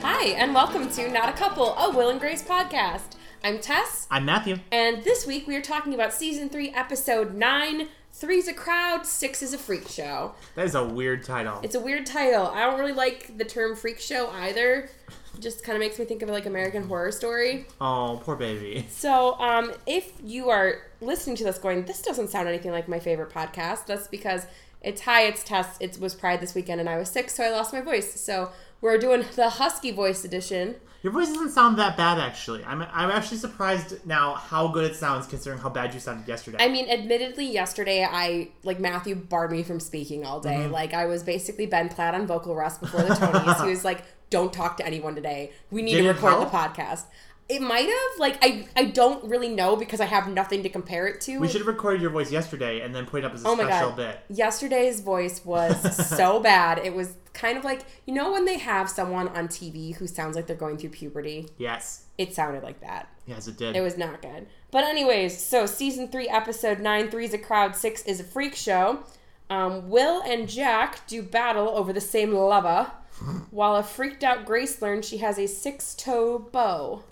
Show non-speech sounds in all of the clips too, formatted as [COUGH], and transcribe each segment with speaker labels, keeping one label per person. Speaker 1: Hi, and welcome to Not a Couple, a Will and Grace podcast. I'm Tess,
Speaker 2: I'm Matthew.
Speaker 1: and this week we are talking about season three, episode nine. Three's a crowd, six is a freak show.
Speaker 2: That is a weird title.
Speaker 1: It's a weird title. I don't really like the term freak show either. It just kind of makes me think of like American Horror Story.
Speaker 2: oh, poor baby.
Speaker 1: So, um, if you are listening to this going, this doesn't sound anything like my favorite podcast, that's because it's high, it's test, it was Pride this weekend, and I was sick, so I lost my voice. So, we're doing the Husky Voice edition.
Speaker 2: Your voice doesn't sound that bad, actually. I'm I'm actually surprised now how good it sounds considering how bad you sounded yesterday.
Speaker 1: I mean, admittedly, yesterday I like Matthew barred me from speaking all day.
Speaker 2: Mm-hmm.
Speaker 1: Like I was basically Ben Platt on vocal rest before the Tonys. he was like, "Don't talk to anyone today. We need
Speaker 2: Did
Speaker 1: to
Speaker 2: it
Speaker 1: record
Speaker 2: help?
Speaker 1: the podcast." It might have like I I don't really know because I have nothing to compare it to.
Speaker 2: we should have recorded your voice yesterday and then put it up as a
Speaker 1: oh my
Speaker 2: special
Speaker 1: god!
Speaker 2: bit.
Speaker 1: Yesterday's voice
Speaker 2: [LAUGHS]
Speaker 1: was so bad. It was kind of like you know when they have someone on TV who sounds like they're going through puberty.
Speaker 2: Yes.
Speaker 1: It sounded like that.
Speaker 2: Yes, it did.
Speaker 1: It was not good. But anyways, so season three, episode nine, three's a crowd, six is a freak show. Um, Will and Jack do battle over the same
Speaker 2: [GASPS]
Speaker 1: lover, while a freaked out Grace learns she has a six toe
Speaker 2: [LAUGHS]
Speaker 1: bow.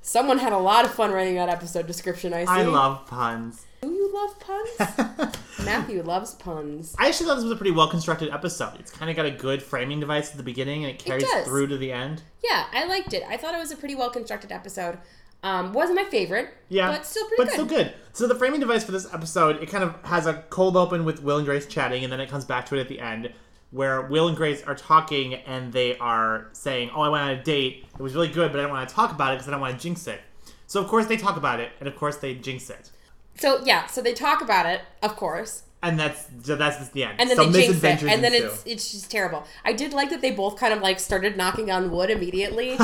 Speaker 1: Someone had a lot of fun writing that episode description. I see.
Speaker 2: I love puns.
Speaker 1: Do you love puns?
Speaker 2: [LAUGHS]
Speaker 1: Matthew loves puns.
Speaker 2: I actually thought this was a pretty well constructed episode. It's kind of got a good framing device at the beginning and it carries
Speaker 1: does.
Speaker 2: through to the end.
Speaker 1: Yeah, I liked it. I thought it was a pretty well constructed episode. Um, wasn't my favorite.
Speaker 2: Yeah,
Speaker 1: but still pretty
Speaker 2: but
Speaker 1: good.
Speaker 2: still good. So the framing device for this episode, it kind of has a cold open with Will and Grace chatting, and then it comes back to it at the end, where Will and Grace are talking and they are saying, "Oh, I went on a date. It was really good, but I don't want to talk about it because I don't want to jinx it." So of course they talk about it, and of course they jinx it,
Speaker 1: So yeah, so they talk about it, of course,
Speaker 2: and that's so that's just the end.
Speaker 1: and then
Speaker 2: so
Speaker 1: they jinx it,
Speaker 2: misadventures
Speaker 1: and then
Speaker 2: ensue.
Speaker 1: it's it's just terrible. I did like that they both kind of like started knocking on wood immediately
Speaker 2: [LAUGHS]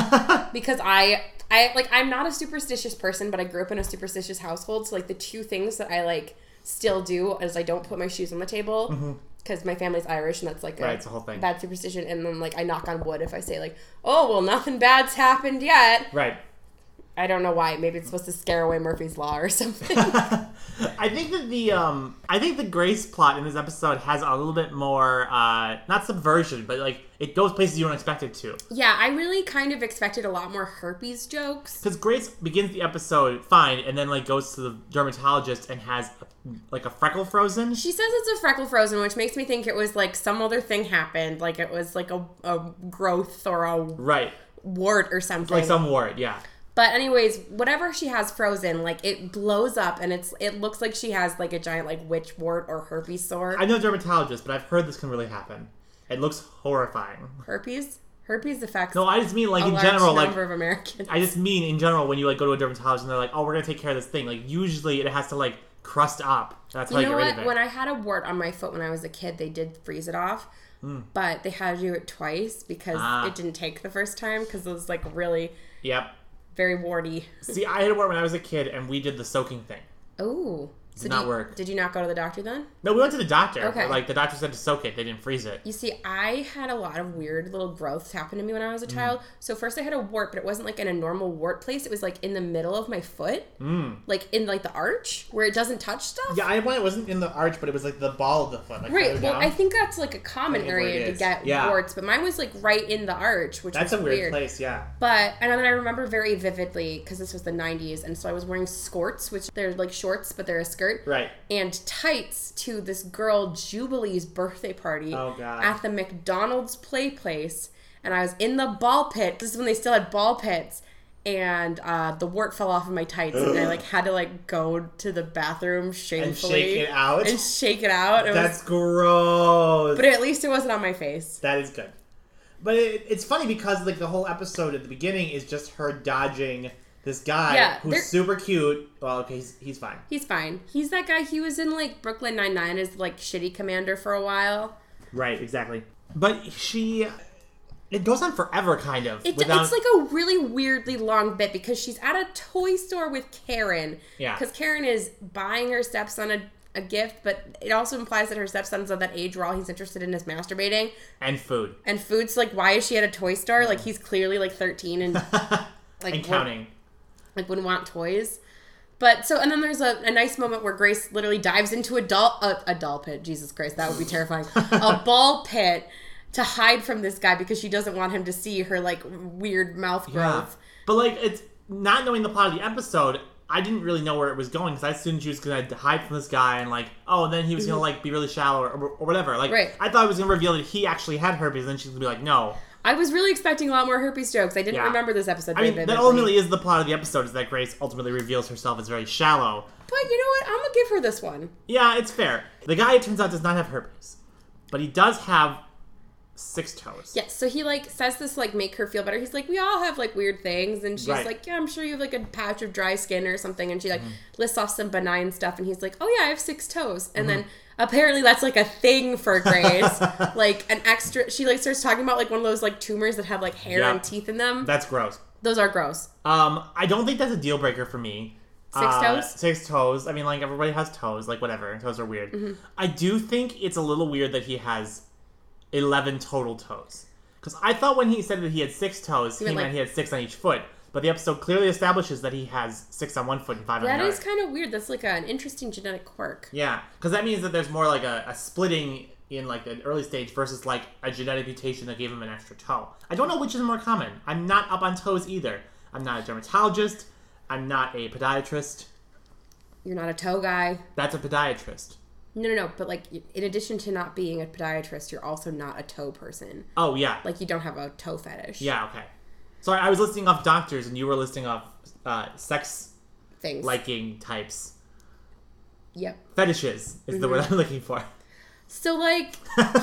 Speaker 1: because I I like I'm not a superstitious person, but I grew up in a superstitious household. So like the two things that I like still do is I don't put my shoes on the table. Because my family's Irish, and that's like
Speaker 2: Mm-hmm. Right, it's a whole thing.
Speaker 1: bad superstition. And then, like, I knock on wood if I say, like, "Oh, well, nothing bad's happened yet."
Speaker 2: right. [LAUGHS]
Speaker 1: I don't know why. Maybe it's supposed to scare away Murphy's law or [LAUGHS] something.
Speaker 2: I think that the um, I think the Grace plot in this episode has a little bit more uh, not subversion, but like it goes places you don't expect it to.
Speaker 1: yeah, I really kind of expected a lot more herpes jokes.
Speaker 2: Because Grace begins the episode fine, and then like goes to the dermatologist and has like a freckle frozen.
Speaker 1: She says it's a freckle frozen, which makes me think it was like some other thing happened, like it was like a, a growth or a
Speaker 2: Right,
Speaker 1: wart or something.
Speaker 2: like some ward. Yeah,
Speaker 1: but anyways, whatever she has frozen, like it blows up and it's it looks like she has like a giant like witch wart or herpes sore.
Speaker 2: I know dermatologists, but I've heard this can really happen. It looks horrifying.
Speaker 1: herpes, herpes affects
Speaker 2: No, I just mean like
Speaker 1: a
Speaker 2: in
Speaker 1: large
Speaker 2: general, like
Speaker 1: number of Americans.
Speaker 2: I just mean in general when you like go to a dermatologist and they're like, oh, we're gonna take care of this thing. Like usually it has to like crust up. That's how
Speaker 1: You
Speaker 2: you
Speaker 1: know
Speaker 2: get rid
Speaker 1: what?
Speaker 2: of it.
Speaker 1: When I had a wart on my foot when I was a kid, they did freeze it off. But they had to do it twice because
Speaker 2: Hmm. Ah.
Speaker 1: it didn't take the first time because it was like really
Speaker 2: yep.
Speaker 1: very warty.
Speaker 2: See, I had a wart when I was a kid, and we did the soaking thing.
Speaker 1: Oh, so
Speaker 2: not
Speaker 1: do you-
Speaker 2: work.
Speaker 1: Did you not go to the doctor then?
Speaker 2: No, we went to the doctor.
Speaker 1: Okay.
Speaker 2: but, Like the doctor said to soak it. They didn't freeze it.
Speaker 1: You see, I had a lot of weird little growths happen to me when I was
Speaker 2: Mm.
Speaker 1: a child. So first, I had a wart, but it wasn't like in a normal wart place. It was like in the middle of my foot, mm. like in like the arch where it doesn't touch stuff.
Speaker 2: Yeah, I had one. It wasn't in the arch, but it was like the ball of the foot. Like
Speaker 1: Right.
Speaker 2: further
Speaker 1: Well,
Speaker 2: down.
Speaker 1: I think that's like a common
Speaker 2: Kind of where
Speaker 1: area
Speaker 2: it
Speaker 1: to
Speaker 2: is.
Speaker 1: get
Speaker 2: Yeah.
Speaker 1: warts, but mine was like right in the arch, which
Speaker 2: that's a
Speaker 1: was
Speaker 2: weird, place. Yeah.
Speaker 1: But and then I remember very vividly because this was the '90s, and so I was wearing skorts, which they're like shorts, but they're a skirt.
Speaker 2: Right.
Speaker 1: and tights to this girl Jubilee's birthday party
Speaker 2: Oh, God.
Speaker 1: at the McDonald's play place. And I was in the ball pit. This is when they still had ball pits. And uh, the wart fell off of my tights, and I like had to like go to the bathroom shamefully
Speaker 2: it out?
Speaker 1: and shake it out. It was,
Speaker 2: That's gross.
Speaker 1: but at least it wasn't on my face.
Speaker 2: that is good. But it, it's funny because like the whole episode at the beginning is just her dodging this guy
Speaker 1: Yeah, they're-
Speaker 2: who's super cute. Well, okay, he's, he's fine.
Speaker 1: He's fine. He's that guy. He was in like Brooklyn Nine Nine as like shitty commander for a while.
Speaker 2: Right, exactly. But she, it goes on forever, kind of.
Speaker 1: It,
Speaker 2: without-
Speaker 1: it's like a really weirdly long bit because she's at a toy store with Karen.
Speaker 2: Yeah.
Speaker 1: Because Karen is buying her stepson a, a gift, but it also implies that her stepson's of that age where all he's interested in is masturbating.
Speaker 2: and food
Speaker 1: And food's like, why is she at a toy store? Like, he's clearly like 13
Speaker 2: [LAUGHS]
Speaker 1: and like,
Speaker 2: and
Speaker 1: wouldn't-
Speaker 2: counting.
Speaker 1: like wouldn't want toys. But so, and then there's a, a nice moment where Grace
Speaker 2: [LAUGHS]
Speaker 1: literally dives into a doll, a, a doll pit. Jesus Christ, that would be terrifying. a ball pit to hide from this guy because she doesn't want him to see her like weird mouth
Speaker 2: Yeah.
Speaker 1: growth.
Speaker 2: But like, it's not knowing the plot of the episode. I didn't really know where it was going because I assumed she was gonna hide from this guy and like, oh, then he was gonna like be really shallow or, or whatever. Like,
Speaker 1: Mm-hmm. Right.
Speaker 2: I thought it was gonna reveal that he actually had herpes, and then she's gonna be like, no.
Speaker 1: I was really expecting a lot more herpes jokes. I didn't
Speaker 2: Yeah.
Speaker 1: remember this episode.
Speaker 2: I
Speaker 1: very
Speaker 2: mean, that
Speaker 1: vividly.
Speaker 2: ultimately is the plot of the episode: is that Grace ultimately reveals herself as very shallow.
Speaker 1: But you know what? I'm gonna give her this one.
Speaker 2: Yeah, it's fair. The guy, it turns out, does not have herpes, but he does have six toes.
Speaker 1: Yes. So he like says this to, like make her feel better. He's like, we all have like weird things, and she's
Speaker 2: Right.
Speaker 1: like, yeah, I'm sure you have like a patch of dry skin or something. And she like
Speaker 2: Mm-hmm.
Speaker 1: lists off some benign stuff, and he's like, oh yeah, I have six toes. And then
Speaker 2: Mm-hmm.
Speaker 1: apparently that's like a thing for
Speaker 2: [LAUGHS]
Speaker 1: Grace, like an extra. She like starts talking about like one of those like tumors that have like hair
Speaker 2: Yeah.
Speaker 1: and teeth in them.
Speaker 2: That's gross.
Speaker 1: those are gross.
Speaker 2: Um, I don't think that's a deal breaker for me. Uh,
Speaker 1: Six toes?
Speaker 2: Six toes. I mean, like everybody has toes. Like whatever, toes are weird.
Speaker 1: Mm-hmm.
Speaker 2: I do think it's a little weird that he has eleven total toes. Because I thought when he said that he had six toes, he
Speaker 1: meant,
Speaker 2: meant
Speaker 1: like-
Speaker 2: he had six on each foot. But the episode clearly establishes that he has six on one foot and five on
Speaker 1: That
Speaker 2: the other.
Speaker 1: is kind of weird. That's like an interesting genetic quirk.
Speaker 2: Yeah, because that means that there's more like a, a splitting in like an early stage versus like a genetic mutation that gave him an extra toe. I don't know which is more common. I'm not up on toes either. I'm not a dermatologist. I'm not a podiatrist.
Speaker 1: You're not a toe guy.
Speaker 2: That's a podiatrist.
Speaker 1: No, no, no. But like, y- in addition to not being a podiatrist, you're also not a toe person.
Speaker 2: Oh yeah,
Speaker 1: Like, you don't have a toe fetish.
Speaker 2: yeah okay. Sorry, I was listing off doctors and you were listing off uh, sex
Speaker 1: Things.
Speaker 2: liking types.
Speaker 1: Yep.
Speaker 2: Fetishes is the word I'm looking for.
Speaker 1: So like,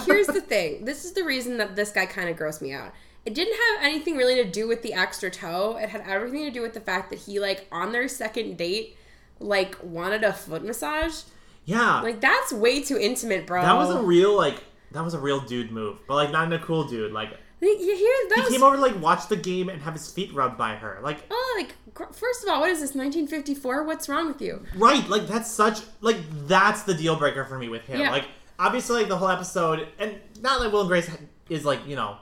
Speaker 1: here's the thing. [LAUGHS] This is the reason that this guy kind of grossed me out. It didn't have anything really to do with the extra toe. It had everything to do with the fact that he like on their second date like wanted a foot massage.
Speaker 2: Yeah,
Speaker 1: Like oh. that's way too intimate, bro.
Speaker 2: that was a real like that was a real dude move, but like not in a cool dude. Like
Speaker 1: you hear that
Speaker 2: he
Speaker 1: was
Speaker 2: came over to like watch the game and have his feet rubbed by her. Like
Speaker 1: oh like gr- first of all, what is this 1954? What's wrong with you?
Speaker 2: Right, like that's such like that's the deal breaker for me with him.
Speaker 1: Yeah.
Speaker 2: Like obviously like the whole episode and not that Will and Grace is like, you know,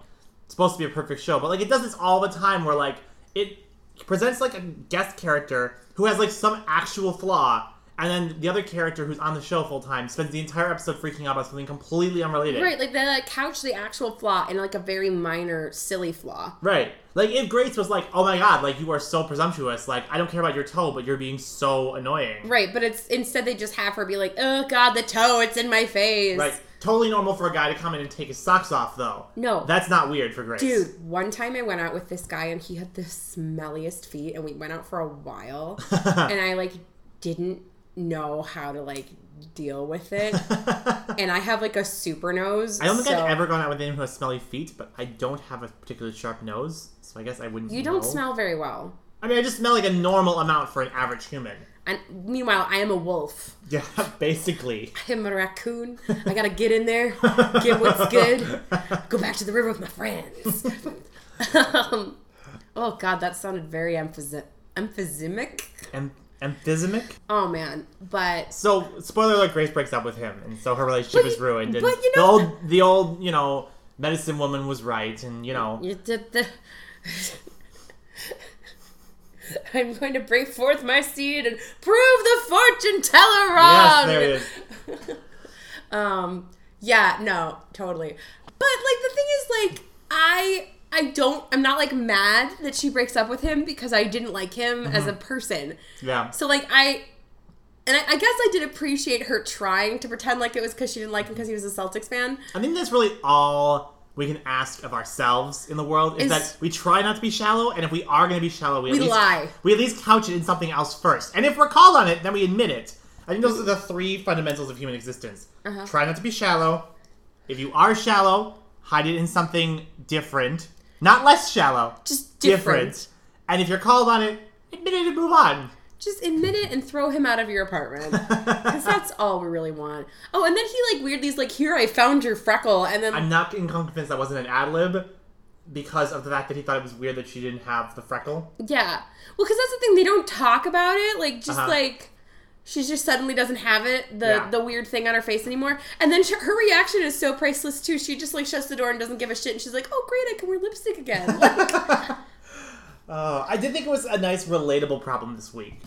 Speaker 2: supposed to be a perfect show, but like it does this all the time where like it presents like a guest character who has like some actual flaw and then the other character who's on the show full time spends the entire episode freaking out about something completely unrelated.
Speaker 1: Right, like they like, couch the actual flaw in like a very minor silly flaw.
Speaker 2: Right. Like if Grace was like, "Oh my god, like you are so presumptuous. Like I don't care about your toe, but you're being so annoying."
Speaker 1: Right, but it's instead they just have her be like, "Oh god, the toe, it's in my face."
Speaker 2: Right. Totally normal for a guy to come in and take his socks off, though.
Speaker 1: No.
Speaker 2: That's not weird for Grace. [LAUGHS]
Speaker 1: Dude, one time I went out with this guy and he had the smelliest feet and we went out for a
Speaker 2: [LAUGHS]
Speaker 1: while and I like didn't know how to like deal with
Speaker 2: [LAUGHS]
Speaker 1: it. and I have like a super nose.
Speaker 2: I don't think
Speaker 1: so-
Speaker 2: I've ever gone out with anyone who has smelly feet, but I don't have a particularly sharp nose, so I guess I wouldn't.
Speaker 1: You don't
Speaker 2: know.
Speaker 1: smell very well.
Speaker 2: I mean, I just smell like a normal amount for an average human. [LAUGHS]
Speaker 1: And meanwhile, I am a wolf.
Speaker 2: Yeah, basically.
Speaker 1: I am a raccoon. I gotta get in there, get what's
Speaker 2: [LAUGHS]
Speaker 1: good, go back to the river with my friends. [LAUGHS] um, oh god, that sounded very emphysem- emphysemic.
Speaker 2: Em- emphysemic.
Speaker 1: Oh man, but
Speaker 2: So, spoiler alert: Grace breaks up with him, and so her relationship
Speaker 1: But
Speaker 2: is
Speaker 1: you-
Speaker 2: ruined. And
Speaker 1: but you know-
Speaker 2: the old, the old, you know, medicine woman was right, and you know,
Speaker 1: You did the. [LAUGHS] I'm going to bring forth my seed and prove the fortune teller
Speaker 2: yes,
Speaker 1: wrong.
Speaker 2: there it is.
Speaker 1: Um. Yeah. No. Totally. But like the thing is, like I I don't I'm not like mad that she breaks up with him because I didn't like him as a person.
Speaker 2: Uh-huh. Yeah.
Speaker 1: So like I. And I, I guess I did appreciate her trying to pretend like it was because she didn't like him because he was a Celtics fan.
Speaker 2: I think that's really all we can ask of ourselves in the world
Speaker 1: Is-
Speaker 2: is, that we try not to be shallow, and if we are going to be shallow, we,
Speaker 1: We
Speaker 2: at least,
Speaker 1: lie.
Speaker 2: We at least couch it in something else first, and if we're called on it, then we admit it. I think those are the three fundamentals of human existence:
Speaker 1: Uh-huh.
Speaker 2: try not to be shallow. If you are shallow, hide it in something different, not less shallow,
Speaker 1: Just different.
Speaker 2: And if you're called on it, admit it and move on.
Speaker 1: Just admit it and throw him out of your
Speaker 2: [LAUGHS]
Speaker 1: apartment. Because that's all we really want. Oh, and then he like weirdly's like, here I found your freckle, and then
Speaker 2: I'm not in confidence that wasn't an ad lib because of the fact that he thought it was weird that she didn't have the freckle.
Speaker 1: yeah. Well, because that's the thing they don't talk about it. Like just
Speaker 2: Uh-huh.
Speaker 1: like she just suddenly doesn't have it the
Speaker 2: Yeah.
Speaker 1: the weird thing on her face anymore. And then she, her reaction is so priceless too. She just like shuts the door and doesn't give a shit. And she's like, oh great, I can wear lipstick
Speaker 2: [LAUGHS]
Speaker 1: again. Like,
Speaker 2: Uh, I did think it was a nice, relatable problem this week,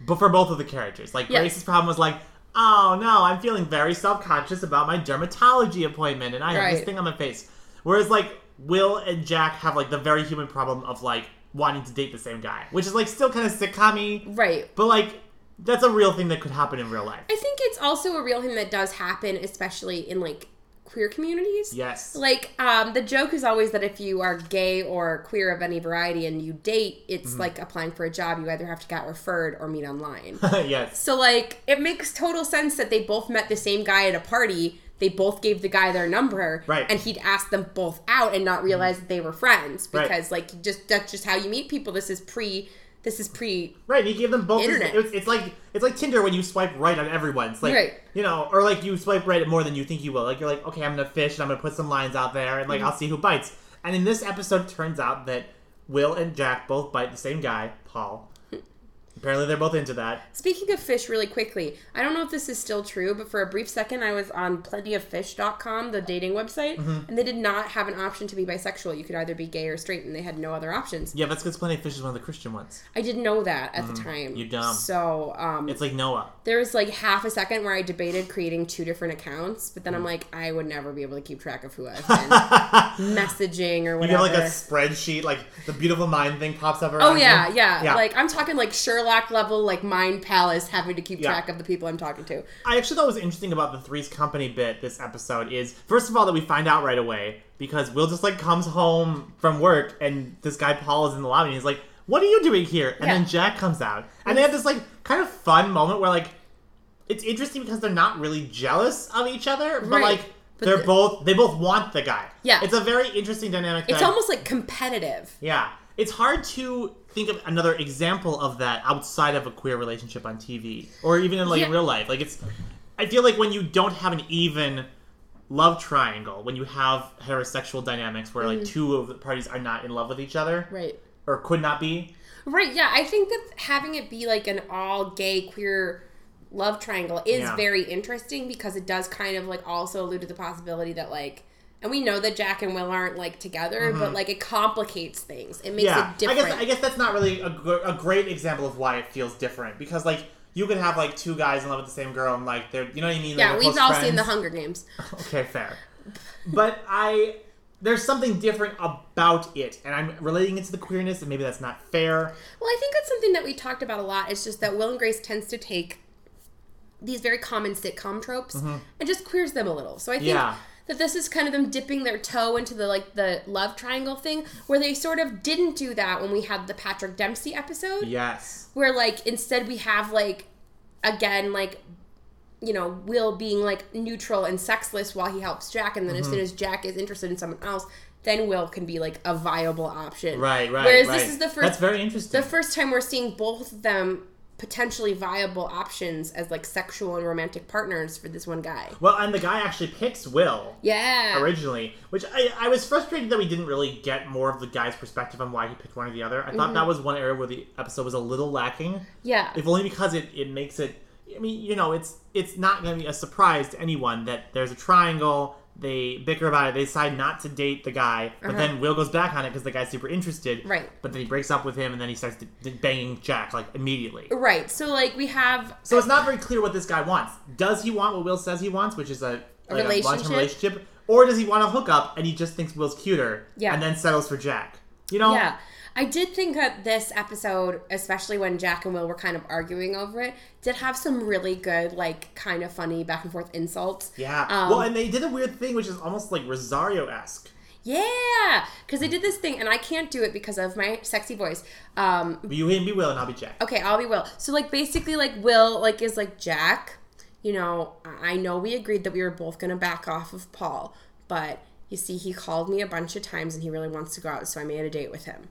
Speaker 2: but for both of the characters, like
Speaker 1: Yes.
Speaker 2: Grace's problem was like, "Oh no, I'm feeling very self-conscious about my dermatology appointment, and I have
Speaker 1: Right.
Speaker 2: this thing on my face." Whereas like Will and Jack have like the very human problem of like wanting to date the same guy, which is like still kind of sitcom
Speaker 1: Right.
Speaker 2: but like that's a real thing that could happen in real life.
Speaker 1: I think it's also a real thing that does happen, especially in like queer communities.
Speaker 2: Yes.
Speaker 1: Like, um, the joke is always that if you are gay or queer of any variety and you date, it's
Speaker 2: Mm.
Speaker 1: like applying for a job. You either have to get referred or meet online. [LAUGHS]
Speaker 2: [LAUGHS] yes.
Speaker 1: so, like, it makes total sense that they both met the same guy at a party. They both gave the guy their number,
Speaker 2: Right. Mm.
Speaker 1: And he'd asked them both out and not realize that they were friends
Speaker 2: Right.
Speaker 1: because, like, just that's just how you meet people. This is pre, this is pre
Speaker 2: Right, he gave them both. his-
Speaker 1: Internet.
Speaker 2: it's, it's like it's like Tinder when you swipe right on everyone. It's like
Speaker 1: Right.
Speaker 2: you know, or like you swipe right more than you think you will. Like you're like, okay, I'm gonna fish and I'm gonna put some lines out there and like
Speaker 1: Mm-hmm.
Speaker 2: I'll see who bites. And in this episode, turns out that Will and Jack both bite the same guy,
Speaker 1: [LAUGHS]
Speaker 2: Paul. Apparently, they're both into that.
Speaker 1: Speaking of fish, really quickly, I don't know if this is still true, but for a brief second, I was on plentyoffish.com, the dating website,
Speaker 2: Mm-hmm.
Speaker 1: and they did not have an option to be bisexual. You could either be gay or straight, and they had no other options.
Speaker 2: Yeah, that's because Plenty of Fish is one of the Christian ones.
Speaker 1: I didn't know that at the time.
Speaker 2: Mm-hmm. you dumb.
Speaker 1: So um,
Speaker 2: It's like Noah.
Speaker 1: there was like half a second where I debated creating two different accounts, but then
Speaker 2: Mm.
Speaker 1: I'm like, I would never be able to keep track of who I've been
Speaker 2: [LAUGHS]
Speaker 1: messaging or
Speaker 2: You have
Speaker 1: whatever.
Speaker 2: like a spreadsheet, like the beautiful mind thing pops up around.
Speaker 1: Oh yeah,
Speaker 2: you.
Speaker 1: yeah,
Speaker 2: yeah.
Speaker 1: Like I'm talking like Sherlock level, like Mind Palace, having to keep
Speaker 2: Yeah.
Speaker 1: track of the people I'm talking to.
Speaker 2: I actually thought was interesting about the Three's Company bit this episode is first of all that we find out right away because Will just like comes home from work and this guy Paul is in the lobby and he's like, "What are you doing here?" And
Speaker 1: Yeah.
Speaker 2: then Jack comes out and they have this like kind of fun moment where like it's interesting because they're not really jealous of each other, but
Speaker 1: Right.
Speaker 2: like
Speaker 1: But
Speaker 2: they're
Speaker 1: the-
Speaker 2: both they both want the guy.
Speaker 1: Yeah.
Speaker 2: it's a very interesting dynamic.
Speaker 1: It's
Speaker 2: that-
Speaker 1: almost like competitive.
Speaker 2: yeah. It's hard to think of another example of that outside of a queer relationship on TV or even in like
Speaker 1: Yeah.
Speaker 2: real life. Like it's I feel like when you don't have an even love triangle, when you have heterosexual dynamics where
Speaker 1: Mm-hmm.
Speaker 2: like two of the parties are not in love with each other
Speaker 1: Right.
Speaker 2: or could not be.
Speaker 1: Right, yeah. I think that having it be like an all gay queer love triangle is
Speaker 2: Yeah.
Speaker 1: very interesting because it does kind of like also allude to the possibility that like and we know that Jack and Will aren't like together, but like it complicates things. It makes
Speaker 2: Mm-hmm. yeah.
Speaker 1: it
Speaker 2: I
Speaker 1: different.
Speaker 2: guess I guess that's not really a, gr- a great example of why it feels different because like you could have like two guys in love with the same girl and like they're you know what I mean? Like,
Speaker 1: yeah,
Speaker 2: they're
Speaker 1: we've
Speaker 2: close
Speaker 1: all seen
Speaker 2: friends.
Speaker 1: the Hunger Games.
Speaker 2: Okay, fair. But I there's something different about it, and I'm relating it to the queerness, and maybe that's not fair.
Speaker 1: Well, I think that's something that we talked about a lot. It's just that Will and Grace tends to take these very common sitcom tropes and just queers them a little. So I think
Speaker 2: Mm-hmm. Yeah.
Speaker 1: that this is kind of them dipping their toe into the like the love triangle thing where they sort of didn't do that when we had the Patrick Dempsey episode
Speaker 2: Yes.
Speaker 1: where like instead we have like again like you know will being like neutral and sexless while he helps jack and then
Speaker 2: Mm-hmm.
Speaker 1: as soon as jack is interested in someone else then will can be like a viable option
Speaker 2: Right, right.
Speaker 1: whereas
Speaker 2: right.
Speaker 1: this is the first
Speaker 2: That's very interesting.
Speaker 1: the first time we're seeing both of them potentially viable options as like sexual and romantic partners for this one guy.
Speaker 2: well, and the guy actually picks Will
Speaker 1: Yeah.
Speaker 2: originally, which I, I was frustrated that we didn't really get more of the guy's perspective on why he picked one or the other. I
Speaker 1: Mm-hmm.
Speaker 2: thought that was one area where the episode was a little lacking.
Speaker 1: Yeah.
Speaker 2: if only because it, it makes it i mean you know it's it's not going to be a surprise to anyone that there's a triangle they bicker about it they decide not to date the guy but then will goes back on it because the guy's super interested
Speaker 1: Uh-huh. Right.
Speaker 2: but then he breaks up with him and then he starts d- d- banging jack like immediately
Speaker 1: Right. So like we have
Speaker 2: so it's not very clear what this guy wants does he want what will says he wants which is a,
Speaker 1: A
Speaker 2: like a long-term
Speaker 1: relationship?
Speaker 2: relationship or does he want to hook up and he just thinks will's cuter
Speaker 1: Yeah.
Speaker 2: and then settles for jack you know
Speaker 1: Yeah. I did think that this episode, especially when Jack and Will were kind of arguing over it, did have some really good, like, kind of funny back and forth insults.
Speaker 2: yeah
Speaker 1: Um,
Speaker 2: well and they did a weird thing which is almost like rosario-esque
Speaker 1: yeah. Because they did this thing, and I can't do it because of my sexy voice. Um,
Speaker 2: you can be will and i'll be jack
Speaker 1: Okay, I'll be Will. So like basically like Will like is like Jack, you know, I I know we agreed that we were both gonna back off of Paul, but you see he called me a bunch of times and he really wants to go out, so I made a date with him.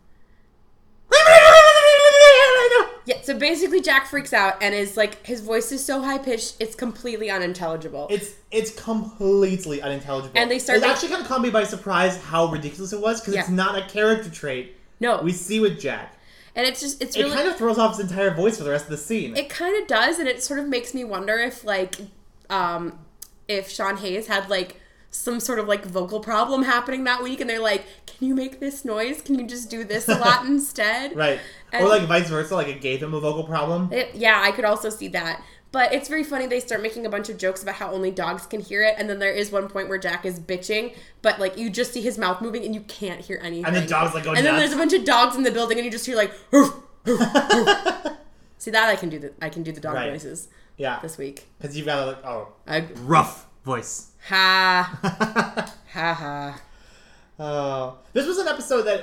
Speaker 1: Yeah, so basically Jack freaks out and is like his voice is so high pitched it's completely unintelligible.
Speaker 2: It's it's completely unintelligible.
Speaker 1: And they start
Speaker 2: It
Speaker 1: make-
Speaker 2: actually kind of caught me by surprise how ridiculous it was because it's
Speaker 1: Yeah.
Speaker 2: not a character trait
Speaker 1: no.
Speaker 2: we see with Jack.
Speaker 1: and it's just it's
Speaker 2: It
Speaker 1: really
Speaker 2: kind of throws off his entire voice for the rest of the scene.
Speaker 1: it kind of does and it sort of makes me wonder if like um if sean hayes had like some sort of like vocal problem happening that week and they're like can you make this noise can you just do this a
Speaker 2: [LAUGHS]
Speaker 1: lot instead
Speaker 2: right.
Speaker 1: and-
Speaker 2: or like vice versa, like it gave him a vocal problem.
Speaker 1: It- yeah i could also see that But it's very funny. They start making a bunch of jokes about how only dogs can hear it, and then there is one point where Jack is bitching, but like you just see his mouth moving and you can't hear anything.
Speaker 2: And the dogs, like, go
Speaker 1: And then
Speaker 2: nuts.
Speaker 1: there's a bunch of dogs in the building, and you just hear like. "Hoof, hoof,
Speaker 2: [LAUGHS]
Speaker 1: hoof." see that I can do the I can do the dog
Speaker 2: Right.
Speaker 1: voices
Speaker 2: Yeah,
Speaker 1: this week.
Speaker 2: because you've got a like, oh
Speaker 1: I,
Speaker 2: rough voice. [LAUGHS]
Speaker 1: ha ha ha.
Speaker 2: Oh, this was an episode that,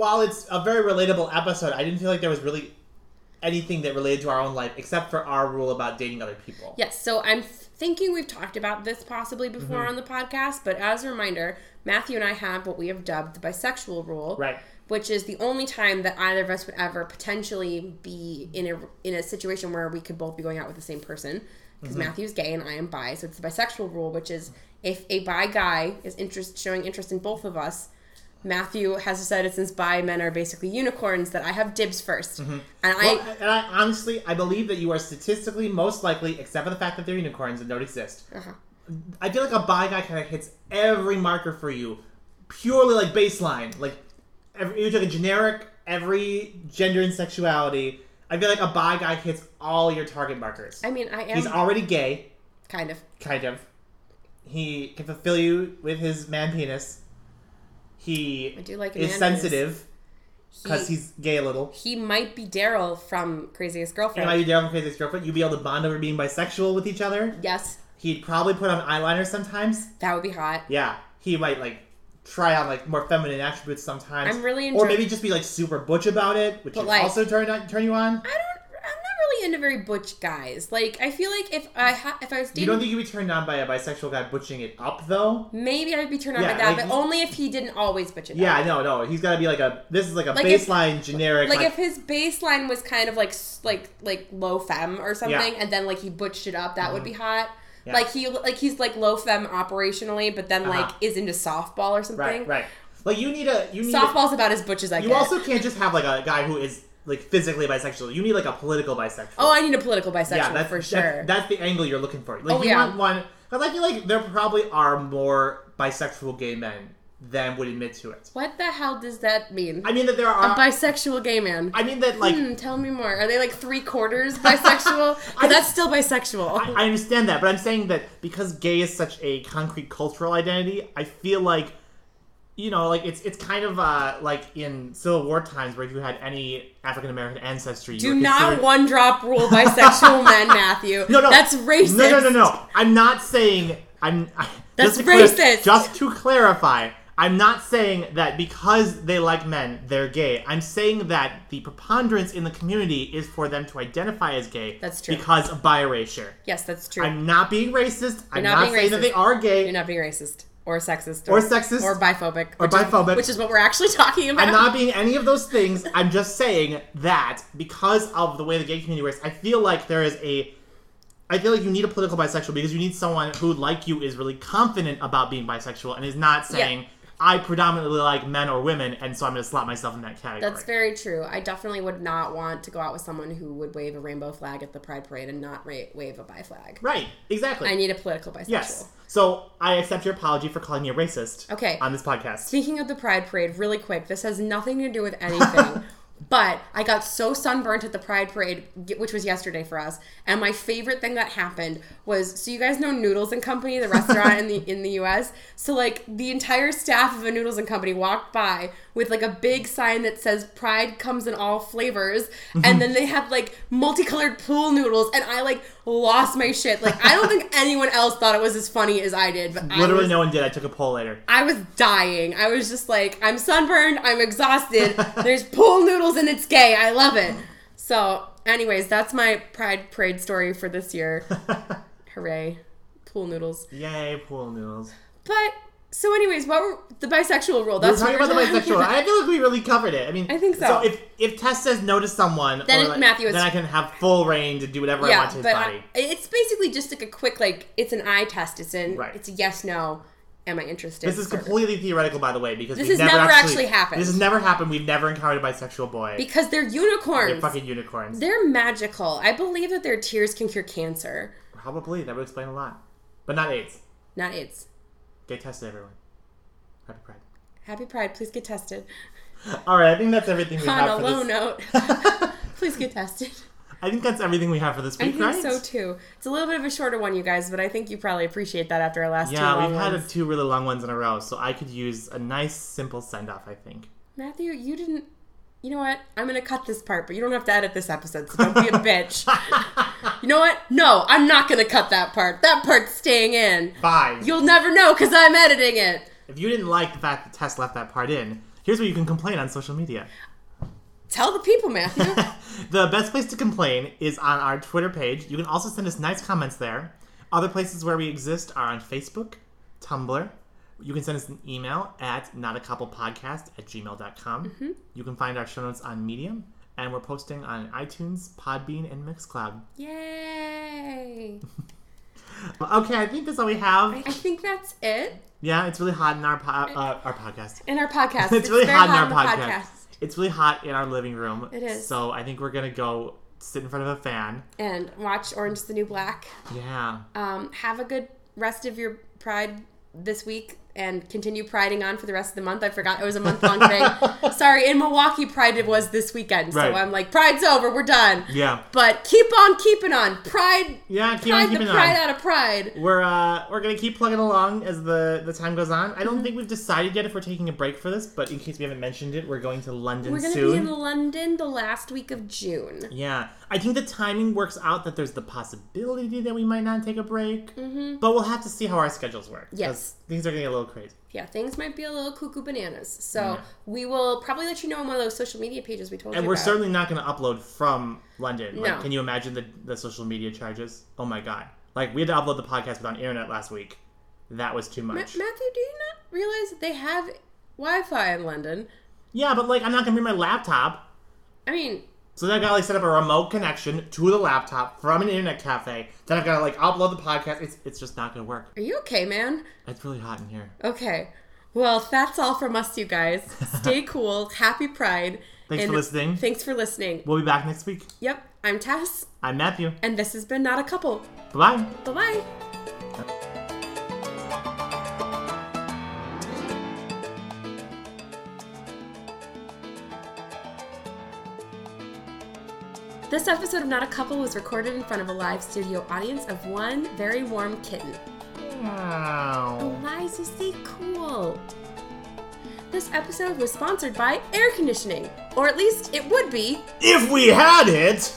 Speaker 2: while it's a very relatable episode, I didn't feel like there was really anything that related to our own life except for our rule about dating other people.
Speaker 1: Yes, so I'm thinking we've talked about this possibly before on the podcast, but as a reminder, Matthew and I have what we have dubbed the bisexual rule.
Speaker 2: Right.
Speaker 1: Which is the only time that either of us would ever potentially be in a in a situation where we could both be going out with the same person. Because Matthew's gay and I am bi, so it's the bisexual rule, which is if a bi guy is interest showing interest in both of us, Matthew has decided since bi men are basically unicorns that I have dibs 1st and I
Speaker 2: Well, and I honestly, I believe that you are statistically most likely, except for the fact that they're unicorns and don't exist.
Speaker 1: Uh-huh.
Speaker 2: I feel like a bi guy kind of hits every marker for you, purely like baseline. Like, every, you took a generic every gender and sexuality. I feel like a bi guy hits all your target markers.
Speaker 1: I mean I am
Speaker 2: He's already gay,
Speaker 1: kind of
Speaker 2: kind of. He can fulfill you with his man penis. He
Speaker 1: I do like a
Speaker 2: is
Speaker 1: man
Speaker 2: sensitive because
Speaker 1: He-
Speaker 2: he's gay a little.
Speaker 1: he might be Daryl from Craziest
Speaker 2: You
Speaker 1: Girlfriend.
Speaker 2: might be down for crazy ex-girlfriend. You'd be able to bond over being bisexual with each other.
Speaker 1: yes,
Speaker 2: He'd probably put on eyeliner sometimes.
Speaker 1: that would be hot.
Speaker 2: Yeah, he might like try on like more feminine attributes sometimes.
Speaker 1: I'm really
Speaker 2: or
Speaker 1: enjoying-
Speaker 2: maybe just be like super butch about it, which
Speaker 1: But,
Speaker 2: would
Speaker 1: like-
Speaker 2: also turn on, turn you on.
Speaker 1: I don't. I'm not really into very butch guys. Like I feel like if I ha- if I was
Speaker 2: You
Speaker 1: dating,
Speaker 2: don't think you'd be turned on by a bisexual guy butching it up though?
Speaker 1: maybe I'd be turned on
Speaker 2: Yeah,
Speaker 1: by that,
Speaker 2: like-
Speaker 1: but only if he didn't always bitch it.
Speaker 2: Yeah,
Speaker 1: Up.
Speaker 2: no, no. He's got to be like a this is like a
Speaker 1: Like if-
Speaker 2: baseline generic
Speaker 1: Like, if his baseline was kind of like s- like like low femme or something, and then like he butched it up, that would be hot.
Speaker 2: Mm-hmm. Yeah.
Speaker 1: Like he like he's like low femme operationally, but then like
Speaker 2: Uh-huh.
Speaker 1: is into softball or something.
Speaker 2: right, right. Like you need a you need a,
Speaker 1: Softball's about as butch as I
Speaker 2: you
Speaker 1: get.
Speaker 2: also can't just have like a guy who is like physically bisexual. You need like a political bisexual.
Speaker 1: oh, I need a political bisexual
Speaker 2: yeah, that's
Speaker 1: for
Speaker 2: that-
Speaker 1: sure.
Speaker 2: that's the angle you're looking for. Like
Speaker 1: Oh,
Speaker 2: you
Speaker 1: yeah.
Speaker 2: want one because I feel like there probably are more bisexual gay men than would admit to it.
Speaker 1: what the hell does that mean?
Speaker 2: I mean that there
Speaker 1: A
Speaker 2: are.
Speaker 1: bisexual gay man.
Speaker 2: I mean that like
Speaker 1: Hmm, tell me more. Are they like three quarters bisexual? 'Cause
Speaker 2: [LAUGHS] I-
Speaker 1: that's still bisexual.
Speaker 2: I, I understand that, but I'm saying that because gay is such a concrete cultural identity, I feel like you know, like it's it's kind of uh, like in Civil War times where if you had any African American ancestry, you
Speaker 1: Do
Speaker 2: were
Speaker 1: not
Speaker 2: considered-
Speaker 1: one drop rule
Speaker 2: [LAUGHS]
Speaker 1: bisexual men, Matthew.
Speaker 2: No, no,
Speaker 1: That's racist.
Speaker 2: No, no, no, no. I'm not saying I'm. [LAUGHS] I,
Speaker 1: That's
Speaker 2: just to clar-
Speaker 1: racist.
Speaker 2: just to clarify, I'm not saying that because they like men, they're gay. I'm saying that the preponderance in the community is for them to identify as gay.
Speaker 1: That's true.
Speaker 2: Because of bi erasure.
Speaker 1: Yes, that's true.
Speaker 2: I'm not being racist. I'm
Speaker 1: not
Speaker 2: not,
Speaker 1: being
Speaker 2: saying
Speaker 1: racist.
Speaker 2: that they are gay.
Speaker 1: You're not being racist or sexist
Speaker 2: Or sexist.
Speaker 1: or biphobic
Speaker 2: Or
Speaker 1: which is-
Speaker 2: biphobic.
Speaker 1: which is what we're actually [LAUGHS] talking about.
Speaker 2: I'm not being any of those things. I'm just saying that because of the way the gay community works, I feel like there is a. I feel like you need a political bisexual because you need someone who, like you, is really confident about being bisexual and is not saying, I predominantly like men or women, and so I'm going to slot myself in that category.
Speaker 1: That's very true. I definitely would not want to go out with someone who would wave a rainbow flag at the pride parade and not ra- wave a bi flag.
Speaker 2: Right, exactly.
Speaker 1: I need a political bisexual.
Speaker 2: yes. So I accept your apology for calling me a racist
Speaker 1: Okay.
Speaker 2: on this podcast.
Speaker 1: Speaking of the Pride Parade, really quick, this has nothing to do with anything. But I got so sunburnt at the Pride Parade, ge- which was yesterday for us. And my favorite thing that happened was so you guys know Noodles and Company, the restaurant in the in the U.S. So like the entire staff of a Noodles and Company walked by with like a big sign that says "Pride comes in all flavors," and then they had like multicolored pool noodles, and I like lost my shit. Like I don't think anyone else thought it was as funny as I did. But I
Speaker 2: Literally,
Speaker 1: was
Speaker 2: no one did. I took a poll later.
Speaker 1: I was dying. I was just like, I'm sunburned, I'm
Speaker 2: [LAUGHS]
Speaker 1: exhausted. There's pool noodles and it's gay. I love it. So, anyways, that's my Pride Parade story for this
Speaker 2: [LAUGHS]
Speaker 1: year. Hooray, pool noodles.
Speaker 2: Yay, pool noodles.
Speaker 1: But so, anyways, what were the bisexual rule?
Speaker 2: We're
Speaker 1: That's
Speaker 2: talking
Speaker 1: what
Speaker 2: about the
Speaker 1: we're [LAUGHS] talking
Speaker 2: bisexual.
Speaker 1: about.
Speaker 2: I feel like we really covered it. I mean,
Speaker 1: I think so.
Speaker 2: So if if Tess says no to someone,
Speaker 1: Then
Speaker 2: or like,
Speaker 1: Matthew is-
Speaker 2: then I can have full reign to do whatever I want to his
Speaker 1: but
Speaker 2: body.
Speaker 1: I- it's basically just like a quick like it's an eye test. It's an
Speaker 2: Right.
Speaker 1: it's a yes no. Am I interested?
Speaker 2: This is
Speaker 1: sort of.
Speaker 2: completely theoretical, by the way, because
Speaker 1: This
Speaker 2: we've
Speaker 1: has never actually happened.
Speaker 2: This has never happened. We've never encountered a bisexual boy.
Speaker 1: because they're unicorns.
Speaker 2: They're fucking unicorns.
Speaker 1: they're magical. I believe that their tears can cure cancer,
Speaker 2: Probably that would explain a lot, but not AIDS.
Speaker 1: not AIDS.
Speaker 2: Get tested, everyone. Happy Pride.
Speaker 1: Happy Pride. Please get tested.
Speaker 2: All right, I think that's everything we
Speaker 1: On
Speaker 2: have
Speaker 1: a
Speaker 2: for [LAUGHS]
Speaker 1: low
Speaker 2: this.
Speaker 1: note, please get tested.
Speaker 2: I think that's everything we have for this
Speaker 1: I
Speaker 2: week,
Speaker 1: think
Speaker 2: right?
Speaker 1: so too. It's a little bit of a shorter one, you guys, but I think you probably appreciate that after our last two
Speaker 2: Yeah,
Speaker 1: long
Speaker 2: we've had
Speaker 1: ones.
Speaker 2: a, two really long ones in a row, so I could use a nice, simple send off, I think.
Speaker 1: Matthew, you didn't. You know what? I'm gonna cut this part, but you don't have to edit this episode, so
Speaker 2: [LAUGHS]
Speaker 1: don't be a bitch. You know what? No, I'm not gonna cut that part. That part's staying in.
Speaker 2: Bye.
Speaker 1: You'll never know because I'm editing it.
Speaker 2: if you didn't like the fact that Tess left that part in, here's where you can complain on social media.
Speaker 1: Tell the people, Matthew.
Speaker 2: [LAUGHS] the best place to complain is on our Twitter page. You can also send us nice comments there. Other places where we exist are on Facebook, Tumblr. You can send us an email at notacouplepodcast at gmail.com. You can find our show notes on Medium, and we're posting on iTunes, Podbean, and Mixcloud.
Speaker 1: Yay!
Speaker 2: Okay, I think that's all we have.
Speaker 1: I think that's it
Speaker 2: Yeah, it's really hot in our po- uh, our podcast.
Speaker 1: in our podcast.
Speaker 2: [LAUGHS] It's, really
Speaker 1: very
Speaker 2: hot in our
Speaker 1: the
Speaker 2: podcast. It's really hot in our living room.
Speaker 1: It is.
Speaker 2: So I think we're gonna go sit in front of a fan.
Speaker 1: And watch Orange is the New Black.
Speaker 2: Yeah.
Speaker 1: Um, have a good rest of your pride this week and continue priding on for the rest of the month. I forgot it was a month long
Speaker 2: [LAUGHS]
Speaker 1: thing. Sorry, in Milwaukee, Pride was this weekend. So
Speaker 2: Right.
Speaker 1: I'm like, Pride's over, we're done.
Speaker 2: Yeah.
Speaker 1: But keep on keeping on. Pride.
Speaker 2: Yeah. Keep on
Speaker 1: Pride the
Speaker 2: keeping
Speaker 1: pride
Speaker 2: on.
Speaker 1: out of pride.
Speaker 2: We're uh we're gonna keep plugging along as the the time goes on.
Speaker 1: Mm-hmm.
Speaker 2: I don't think we've decided yet if we're taking a break for this, but in case we haven't mentioned it, we're going to London
Speaker 1: We're going to be
Speaker 2: soon.
Speaker 1: in London the last week of June.
Speaker 2: yeah, I think the timing works out that there's the possibility that we might not take a break, but we'll have to see how our schedules work. 'cause
Speaker 1: Mm-hmm. Yes.
Speaker 2: things are gonna get a little crazy.
Speaker 1: Yeah, things might be a little cuckoo bananas. So we will probably let you know on one of those social media pages we told
Speaker 2: And
Speaker 1: you
Speaker 2: we're
Speaker 1: about.
Speaker 2: certainly not going to upload from London. Like,
Speaker 1: No.
Speaker 2: can you imagine the, the social media charges? Oh my god! Like we had to upload the podcast without internet last week. That was too
Speaker 1: Ma-
Speaker 2: much.
Speaker 1: Matthew, do you not realize that they have Wi-Fi in London?
Speaker 2: yeah, but like I'm not going to bring my laptop,
Speaker 1: I mean,
Speaker 2: so then I got to like set up a remote connection to the laptop from an internet cafe. Then I've got to like upload the podcast. It's it's just not going to work.
Speaker 1: are you okay, man?
Speaker 2: It's really hot in here.
Speaker 1: Okay. Well, that's all from us, you guys.
Speaker 2: [LAUGHS]
Speaker 1: Stay cool. Happy Pride.
Speaker 2: Thanks for listening.
Speaker 1: Thanks for listening.
Speaker 2: We'll be back next week.
Speaker 1: Yep, I'm Tess,
Speaker 2: I'm Matthew.
Speaker 1: and this has been Not a Couple.
Speaker 2: Bye bye.
Speaker 1: Bye bye. This episode of Not a Couple was recorded in front of a live studio audience of one very warm kitten.
Speaker 2: Wow.
Speaker 1: Eliza, stay cool. This episode was sponsored by air conditioning, or at least it would be
Speaker 2: If we had it.